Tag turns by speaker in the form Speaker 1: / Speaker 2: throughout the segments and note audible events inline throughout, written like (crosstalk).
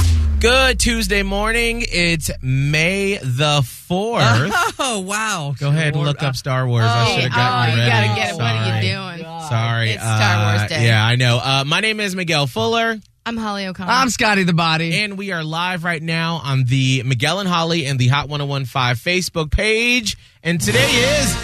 Speaker 1: 101.5.
Speaker 2: Good Tuesday morning. It's May the 4th.
Speaker 3: Oh wow!
Speaker 2: Go ahead and look up Star Wars. I
Speaker 4: Uh-huh. Oh,
Speaker 2: should have
Speaker 4: oh,
Speaker 2: gotten
Speaker 4: you
Speaker 2: ready.
Speaker 4: gotta get it. What
Speaker 2: Sorry.
Speaker 4: are you doing?
Speaker 2: Sorry.
Speaker 4: It's Star Wars
Speaker 2: Uh,
Speaker 4: Day.
Speaker 2: Yeah, I know. Uh, my name is Miguel Fuller,
Speaker 4: I'm Holly O'Connor.
Speaker 3: I'm Scotty the Body.
Speaker 2: and we are live right now on the Miguel and Holly and the Hot 1015 Facebook page. And today is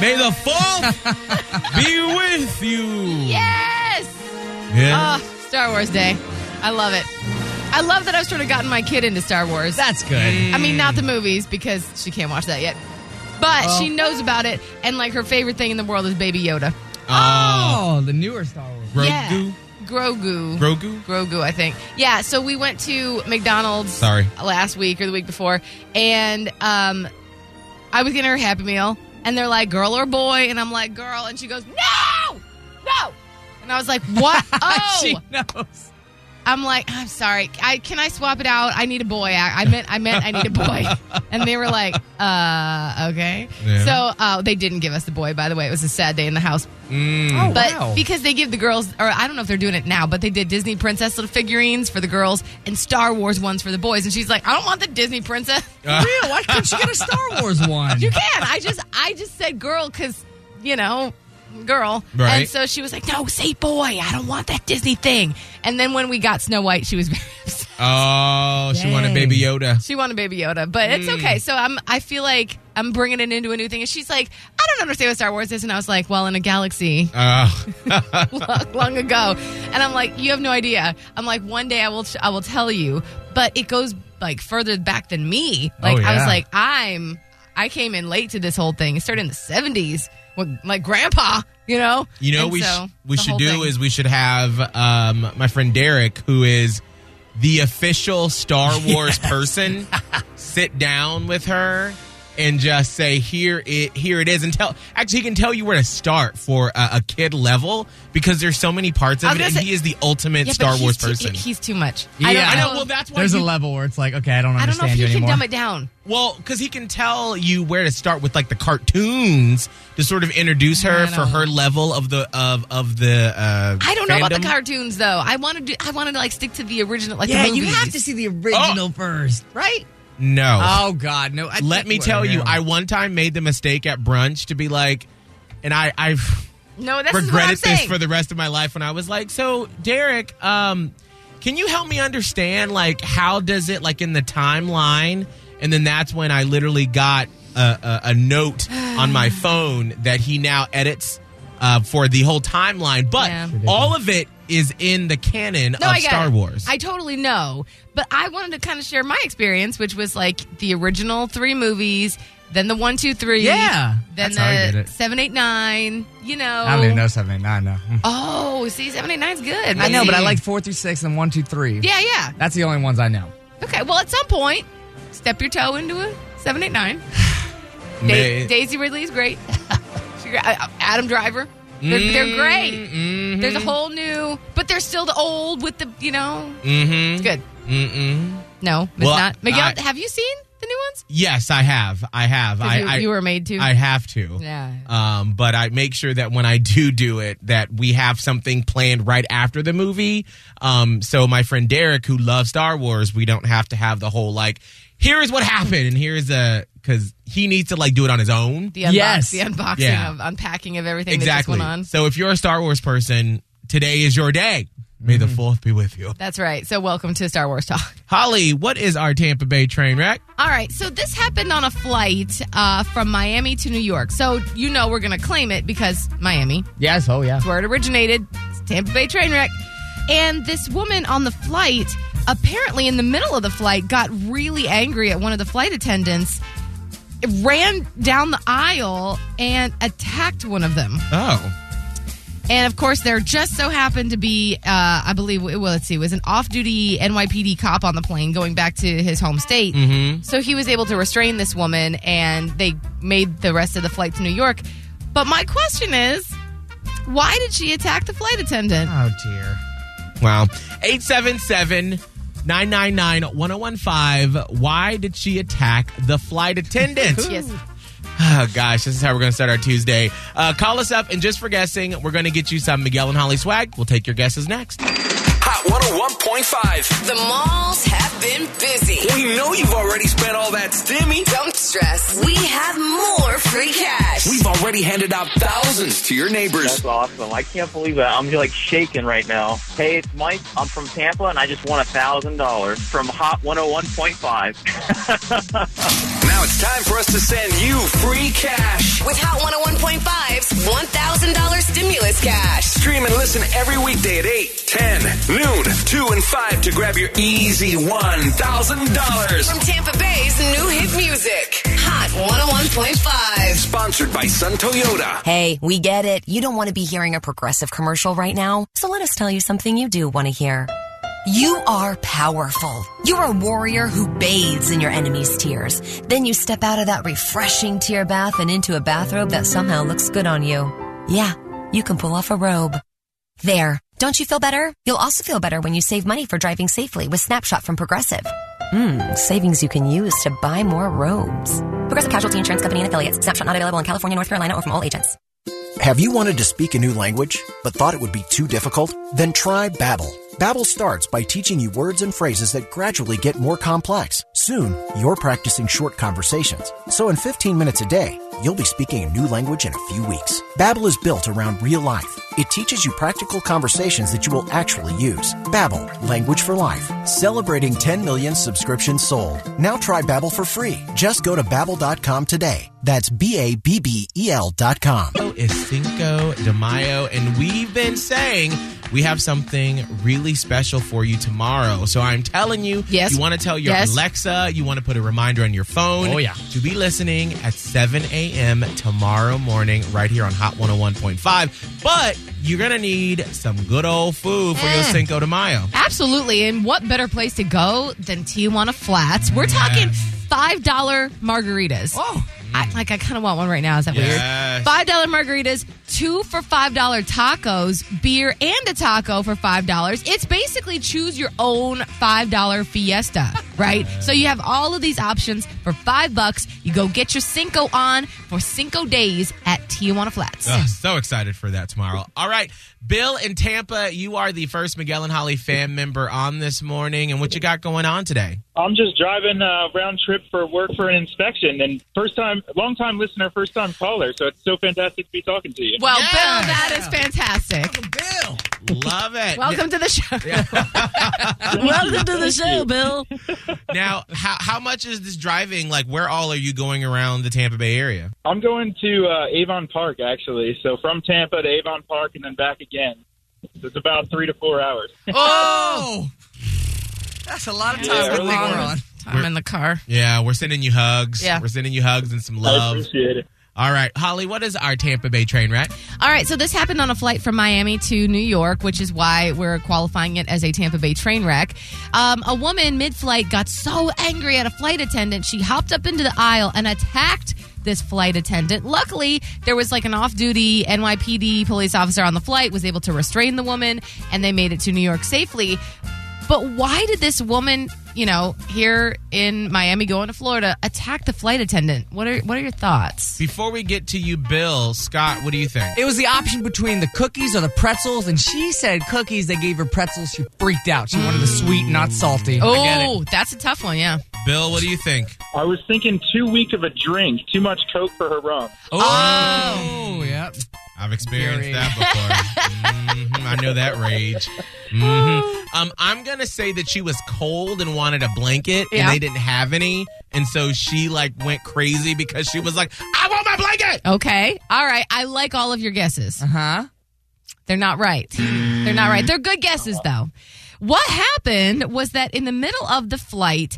Speaker 2: May the 4th
Speaker 4: (laughs)
Speaker 2: be with you.
Speaker 4: yes!
Speaker 2: Yeah.
Speaker 4: Oh, Star Wars Day. I love it. I love that I've sort of gotten my kid into Star Wars.
Speaker 3: That's good.
Speaker 4: I mean, not the movies because she can't watch that yet. But she
Speaker 2: Oh.
Speaker 4: knows about it, and like her favorite thing in the world is Baby Yoda.
Speaker 2: Uh,
Speaker 3: Oh, the newer Star Wars.
Speaker 2: Grogu.
Speaker 4: Yeah. Grogu.
Speaker 2: Grogu.
Speaker 4: Grogu, I think. Yeah, so we went to McDonald's
Speaker 2: Sorry.
Speaker 4: last week or the week before, and um, I was getting her a Happy Meal, and they're like, girl or boy? And I'm like, girl. And she goes, no, no. And I was like, what? Oh.
Speaker 3: she knows.
Speaker 4: I'm like, I'm sorry. I Can I swap it out? I need a boy. I, I meant I meant I need a boy. and they were like, uh, okay.
Speaker 2: Yeah.
Speaker 4: So uh, they didn't give us the boy, by the way. It was a sad day in the house.
Speaker 3: Hmm.
Speaker 2: Mm.
Speaker 4: But
Speaker 3: Oh, Wow.
Speaker 4: because they give the girls, or I don't know if they're doing it now, but they did Disney princess little figurines for the girls and Star Wars ones for the boys. And she's like, I don't want the
Speaker 3: (laughs)
Speaker 4: Disney princess.
Speaker 2: Uh,
Speaker 3: Real? Why couldn't she get a Star Wars one?
Speaker 4: You can. I just, I just said girl because you know, girl.
Speaker 2: Right.
Speaker 4: And so she was like, No, say boy. I don't want that Disney thing. And then when we got Snow White, she was (laughs) very upset.
Speaker 2: oh, she wanted Baby Yoda.
Speaker 4: She wanted Baby Yoda, but it's
Speaker 3: Hmm.
Speaker 4: okay. So I'm, I feel like I'm bringing it into a new thing. And she's like, I don't understand what Star Wars is. And I was like, Well, in a galaxy,
Speaker 2: Oh.
Speaker 4: long, long ago. And I'm like, you have no idea. I'm like, one day I will, I will tell you. But it goes like further back than me. Like I was
Speaker 2: Oh, yeah.
Speaker 4: like, I'm, I came in late to this whole thing. It started in the 70s with like grandpa, you know.
Speaker 2: You know,
Speaker 4: And
Speaker 2: we
Speaker 4: so,
Speaker 2: sh- we
Speaker 4: the
Speaker 2: should
Speaker 4: whole
Speaker 2: do
Speaker 4: thing.
Speaker 2: is we should have um, my friend Derek, who is the official
Speaker 4: (laughs)
Speaker 2: Star Wars person, sit down with her and just say here it here it is and tell actually he can tell you where to start for a, a kid level because there's so many parts
Speaker 4: I
Speaker 2: of
Speaker 4: was
Speaker 2: it and
Speaker 4: gonna say-
Speaker 2: he is the ultimate
Speaker 4: Yeah, but
Speaker 2: Star
Speaker 4: he's
Speaker 2: Wars
Speaker 4: too-
Speaker 2: person.
Speaker 4: he's too much.
Speaker 3: Yeah.
Speaker 4: I
Speaker 3: I
Speaker 4: don't
Speaker 3: know,
Speaker 4: know.
Speaker 2: well that's why
Speaker 3: There's a
Speaker 2: you-
Speaker 3: level where it's like, okay, I don't
Speaker 4: I don't
Speaker 3: understand
Speaker 4: know if he
Speaker 3: you
Speaker 4: can
Speaker 3: anymore.
Speaker 4: dumb it down.
Speaker 2: Well, because he can tell you where to start with like the cartoons to sort of introduce her
Speaker 4: I
Speaker 2: for
Speaker 4: don't-
Speaker 2: her level of the of of the. Uh,
Speaker 4: I don't know about the
Speaker 2: fandom.
Speaker 4: cartoons though. I want to do. I want to like stick to the original. Like
Speaker 3: Yeah,
Speaker 4: the
Speaker 3: you
Speaker 4: movies.
Speaker 3: have to see the original first, right?
Speaker 2: No.
Speaker 3: Oh God, no. I
Speaker 2: Let
Speaker 3: think
Speaker 2: me
Speaker 3: we're
Speaker 2: tell you,
Speaker 3: around.
Speaker 2: I one time made the mistake at brunch to be like, and I I've
Speaker 4: No, that's what I'm
Speaker 2: regretted
Speaker 4: saying.
Speaker 2: this for the rest of my life. When I was like, so Derek, um, can you help me understand like how does it like in the timeline? And then that's when I literally got a, a, a note on
Speaker 4: (sighs)
Speaker 2: my phone that he now edits uh, for the whole timeline, but
Speaker 4: Yeah.
Speaker 2: all of it is in the canon
Speaker 4: No,
Speaker 2: of
Speaker 4: I get
Speaker 2: Star
Speaker 4: it.
Speaker 2: Wars.
Speaker 4: I totally know, but I wanted to kind of share my experience, which was like the original three movies, then the one, two, three,
Speaker 3: Yeah,
Speaker 4: then
Speaker 3: that's how I did
Speaker 4: the
Speaker 3: it.
Speaker 4: seven, eight, nine. You know,
Speaker 3: I don't even know seven, eight, nine. No,
Speaker 4: Oh, see, seven, eight, nine's
Speaker 3: (laughs)
Speaker 4: good.
Speaker 3: I know, but I
Speaker 4: maybe.
Speaker 3: like four through six and one, two, three.
Speaker 4: Yeah, yeah.
Speaker 3: that's the only ones I know.
Speaker 4: Okay, well, at some point, step your toe into a seven, eight, nine. Da-
Speaker 2: May-
Speaker 4: Daisy Ridley's great. (laughs) She gra- uh, Adam Driver, they're, they're great.
Speaker 3: Mm-hmm.
Speaker 2: Mm,
Speaker 4: There's a whole new, but they're still the old with the you know.
Speaker 2: mhm,
Speaker 3: Mm-hmm.
Speaker 4: It's good.
Speaker 2: Mm-mm.
Speaker 4: No, it's
Speaker 2: Well,
Speaker 4: not. Miguel,
Speaker 2: I-
Speaker 4: have you seen the new ones?
Speaker 2: Yes, I have. I have.
Speaker 4: 'Cause
Speaker 2: I,
Speaker 4: you,
Speaker 2: I,
Speaker 4: you were made to.
Speaker 2: I have to.
Speaker 4: yeah.
Speaker 2: Um, but I make sure that when I do do it, that we have something planned right after the movie. Um, so my friend Derek, who loves Star Wars, we don't have to have the whole like, here is what happened, and here is a because he needs to like do it on his own.
Speaker 4: The unbox,
Speaker 3: Yes.
Speaker 4: the unboxing
Speaker 2: Yeah.
Speaker 4: of unpacking of everything
Speaker 2: exactly.
Speaker 4: that just went on.
Speaker 2: So if you're a Star Wars person, today is your day. May the fourth be with you,
Speaker 4: That's right. So welcome to Star Wars Talk. (laughs)
Speaker 2: Holly. What is our Tampa Bay train wreck?
Speaker 4: All right, so this happened on a flight uh, from Miami to New York. So you know we're going to claim it because Miami,
Speaker 3: Yes, oh yeah.
Speaker 4: It's where it originated. It's Tampa Bay train wreck. And this woman on the flight, apparently in the middle of the flight, got really angry at one of the flight attendants, ran down the aisle and attacked one of them.
Speaker 2: Oh,
Speaker 4: And of course, there just so happened to be, uh, I believe, well, let's see, it was an off duty NYPD cop on the plane going back to his home state. Mm-hmm. So he was able to restrain this woman and they made the rest of the flight to New York. But my question is why did she attack the flight attendant?
Speaker 3: Oh dear.
Speaker 2: wow. Eight seven seven. 999-1015 why did she attack the flight attendant
Speaker 4: (laughs) Yes.
Speaker 2: Oh gosh, this is how we're going to start our Tuesday. Uh, call us up and just for guessing, we're going to get you some Miguel and Holly swag. We'll take your guesses next.
Speaker 5: Hot 101.5. The
Speaker 1: 101.5.
Speaker 5: malls have been busy.
Speaker 1: We know you've already spent all that stimmy.
Speaker 5: Don't stress. We have more free cash.
Speaker 1: We've already handed out thousands to your neighbors.
Speaker 6: That's awesome. I can't believe that. I'm like shaking right now. Hey, it's Mike. I'm from Tampa, and I just won a thousand dollars from Hot 101.5.
Speaker 1: Now it's time for us to send you free cash.
Speaker 5: With Hot 101.5's $1,000 stimulus cash.
Speaker 1: Stream and listen every weekday at 8, 10, noon, 2, and 5 to grab your easy $1,000.
Speaker 5: From Tampa Bay's new hit music. Hot 101.5.
Speaker 1: Sponsored by Sun Toyota.
Speaker 7: Hey, we get it. You don't want to be hearing a progressive commercial right now. So let us tell you something you do want to hear. You are powerful. You're a warrior who bathes in your enemy's tears. Then you step out of that refreshing tear bath and into a bathrobe that somehow looks good on you. Yeah, you can pull off a robe. There. Don't you feel better? You'll also feel better when you save money for driving safely with Snapshot from Progressive. Mmm, savings you can use to buy more robes. Progressive Casualty Insurance Company and affiliates. Snapshot not available in California, North Carolina, or from all agents.
Speaker 8: Have you wanted to speak a new language but thought it would be too difficult? Then try Babbel. Babbel starts by teaching you words and phrases that gradually get more complex. Soon, you're practicing short conversations. So in 15 minutes a day, you'll be speaking a new language in a few weeks. Babbel is built around real life. It teaches you practical conversations that you will actually use. Babbel, language for life. Celebrating 10 million subscriptions sold. Now try Babbel for free. Just go to babbel.com today. That's B A B B E L dot com.
Speaker 2: is Cinco de Mayo, and we've been saying we have something really special for you tomorrow. So I'm telling you,
Speaker 4: Yes.
Speaker 2: you want to tell your
Speaker 4: Yes.
Speaker 2: Alexa, you want to put a reminder on your phone
Speaker 3: Oh, yeah.
Speaker 2: to be listening at 7 a.m. tomorrow morning right here on Hot 101.5. But you're going to need some good old food for your
Speaker 4: Mm.
Speaker 2: Cinco de Mayo.
Speaker 4: Absolutely. And what better place to go than Tijuana Flats? We're talking $5 margaritas.
Speaker 3: Oh.
Speaker 4: I, like, I kind of want one right now. Is that
Speaker 2: Yes.
Speaker 4: weird? $5 margaritas, two for $5 tacos, beer and a taco for $5. It's basically choose your own $5 fiesta, right? So you have all of these options for 5 bucks. You go get your Cinco on for Cinco days at Tijuana Flats.
Speaker 2: Oh, so excited for that tomorrow. All right, Bill in Tampa, you are the first Miguel and Holly fan member on this morning. And what you got going on today?
Speaker 9: I'm just driving a round trip for work for an inspection, and first time, long time listener, first time caller. So it's so fantastic to be talking to you.
Speaker 4: Well,
Speaker 3: Yeah.
Speaker 4: Bill, that is fantastic.
Speaker 3: Bill.
Speaker 2: Love it.
Speaker 4: Welcome to the show.
Speaker 7: Welcome to the show, Bill.
Speaker 2: Now, how how much is this driving? Like, where all are you going around the Tampa Bay area?
Speaker 9: I'm going to uh, Avon Park actually, so from Tampa to Avon Park and then back again. So it's about three to four hours.
Speaker 3: Oh! That's a lot of time
Speaker 9: Yeah,
Speaker 3: to
Speaker 9: early
Speaker 3: linger
Speaker 9: morning.
Speaker 3: on.
Speaker 4: I'm in the car.
Speaker 2: Yeah, we're sending you hugs.
Speaker 4: Yeah.
Speaker 2: we're sending you hugs and some
Speaker 9: I
Speaker 2: love.
Speaker 9: appreciate it.
Speaker 2: All right, Holly, what is our Tampa Bay train wreck?
Speaker 4: All right, so this happened on a flight from Miami to New York, which is why we're qualifying it as a Tampa Bay train wreck. Um, a woman mid flight got so angry at a flight attendant, she hopped up into the aisle and attacked this flight attendant. Luckily, there was like an off duty NYPD police officer on the flight, was able to restrain the woman, and they made it to New York safely. But why did this woman, you know, here in Miami going to Florida, attack the flight attendant? What are what are your thoughts?
Speaker 2: Before we get to you, Bill Scott, what do you think?
Speaker 3: It was the option between the cookies or the pretzels, and she said cookies. They gave her pretzels. She freaked out. She wanted the sweet, not salty. I get it.
Speaker 4: Oh, that's a tough one, yeah.
Speaker 2: Bill, what do you think?
Speaker 9: I was thinking too weak of a drink, too much Coke for her rum.
Speaker 3: Oh, yeah.
Speaker 2: I've experienced
Speaker 3: Very.
Speaker 2: that before. Mhm, I know that rage. Mhm.
Speaker 4: (sighs)
Speaker 2: Um, I'm gonna say that she was cold and wanted a blanket,
Speaker 4: Yeah.
Speaker 2: and they didn't have any, and so she like went crazy because she was like, "I want my blanket."
Speaker 4: Okay. All right. I like all of your guesses.
Speaker 3: Uh huh.
Speaker 4: They're not right. They're not right. They're good guesses, though. What happened was that in the middle of the flight,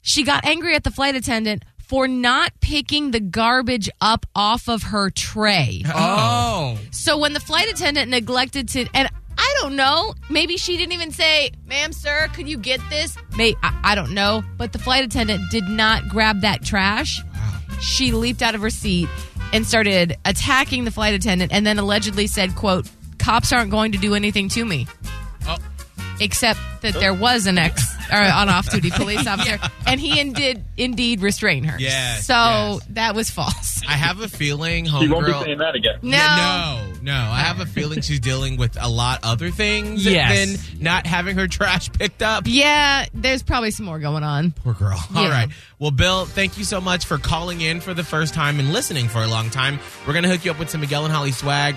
Speaker 4: she got angry at the flight attendant for not picking the garbage up off of her tray.
Speaker 3: Oh.
Speaker 4: So when the flight attendant neglected to, and I don't know, maybe she didn't even say, "Ma'am, sir, could you get this?" May I, I don't know, but the flight attendant did not grab that trash. She leaped out of her seat and started attacking the flight attendant, and then allegedly said, "quote Cops aren't going to do anything to me,
Speaker 2: Oh. (laughs)
Speaker 4: except that there was an ex or on off duty police officer, and he in- did indeed restrain her.
Speaker 2: Yes,
Speaker 4: So
Speaker 2: yes.
Speaker 4: that was false.
Speaker 2: I have a feeling
Speaker 9: You won't be
Speaker 2: homegirl.
Speaker 9: saying that again.
Speaker 4: No.
Speaker 2: Yeah, no, no. I have a feeling she's dealing with a lot other things
Speaker 3: Yes.
Speaker 2: than not having her trash picked up.
Speaker 4: Yeah, there's probably some more going on.
Speaker 2: Poor girl. All
Speaker 4: Yeah.
Speaker 2: right. Well, Bill, thank you so much for calling in for the first time and listening for a long time. We're going to hook you up with some Miguel and Holly swag.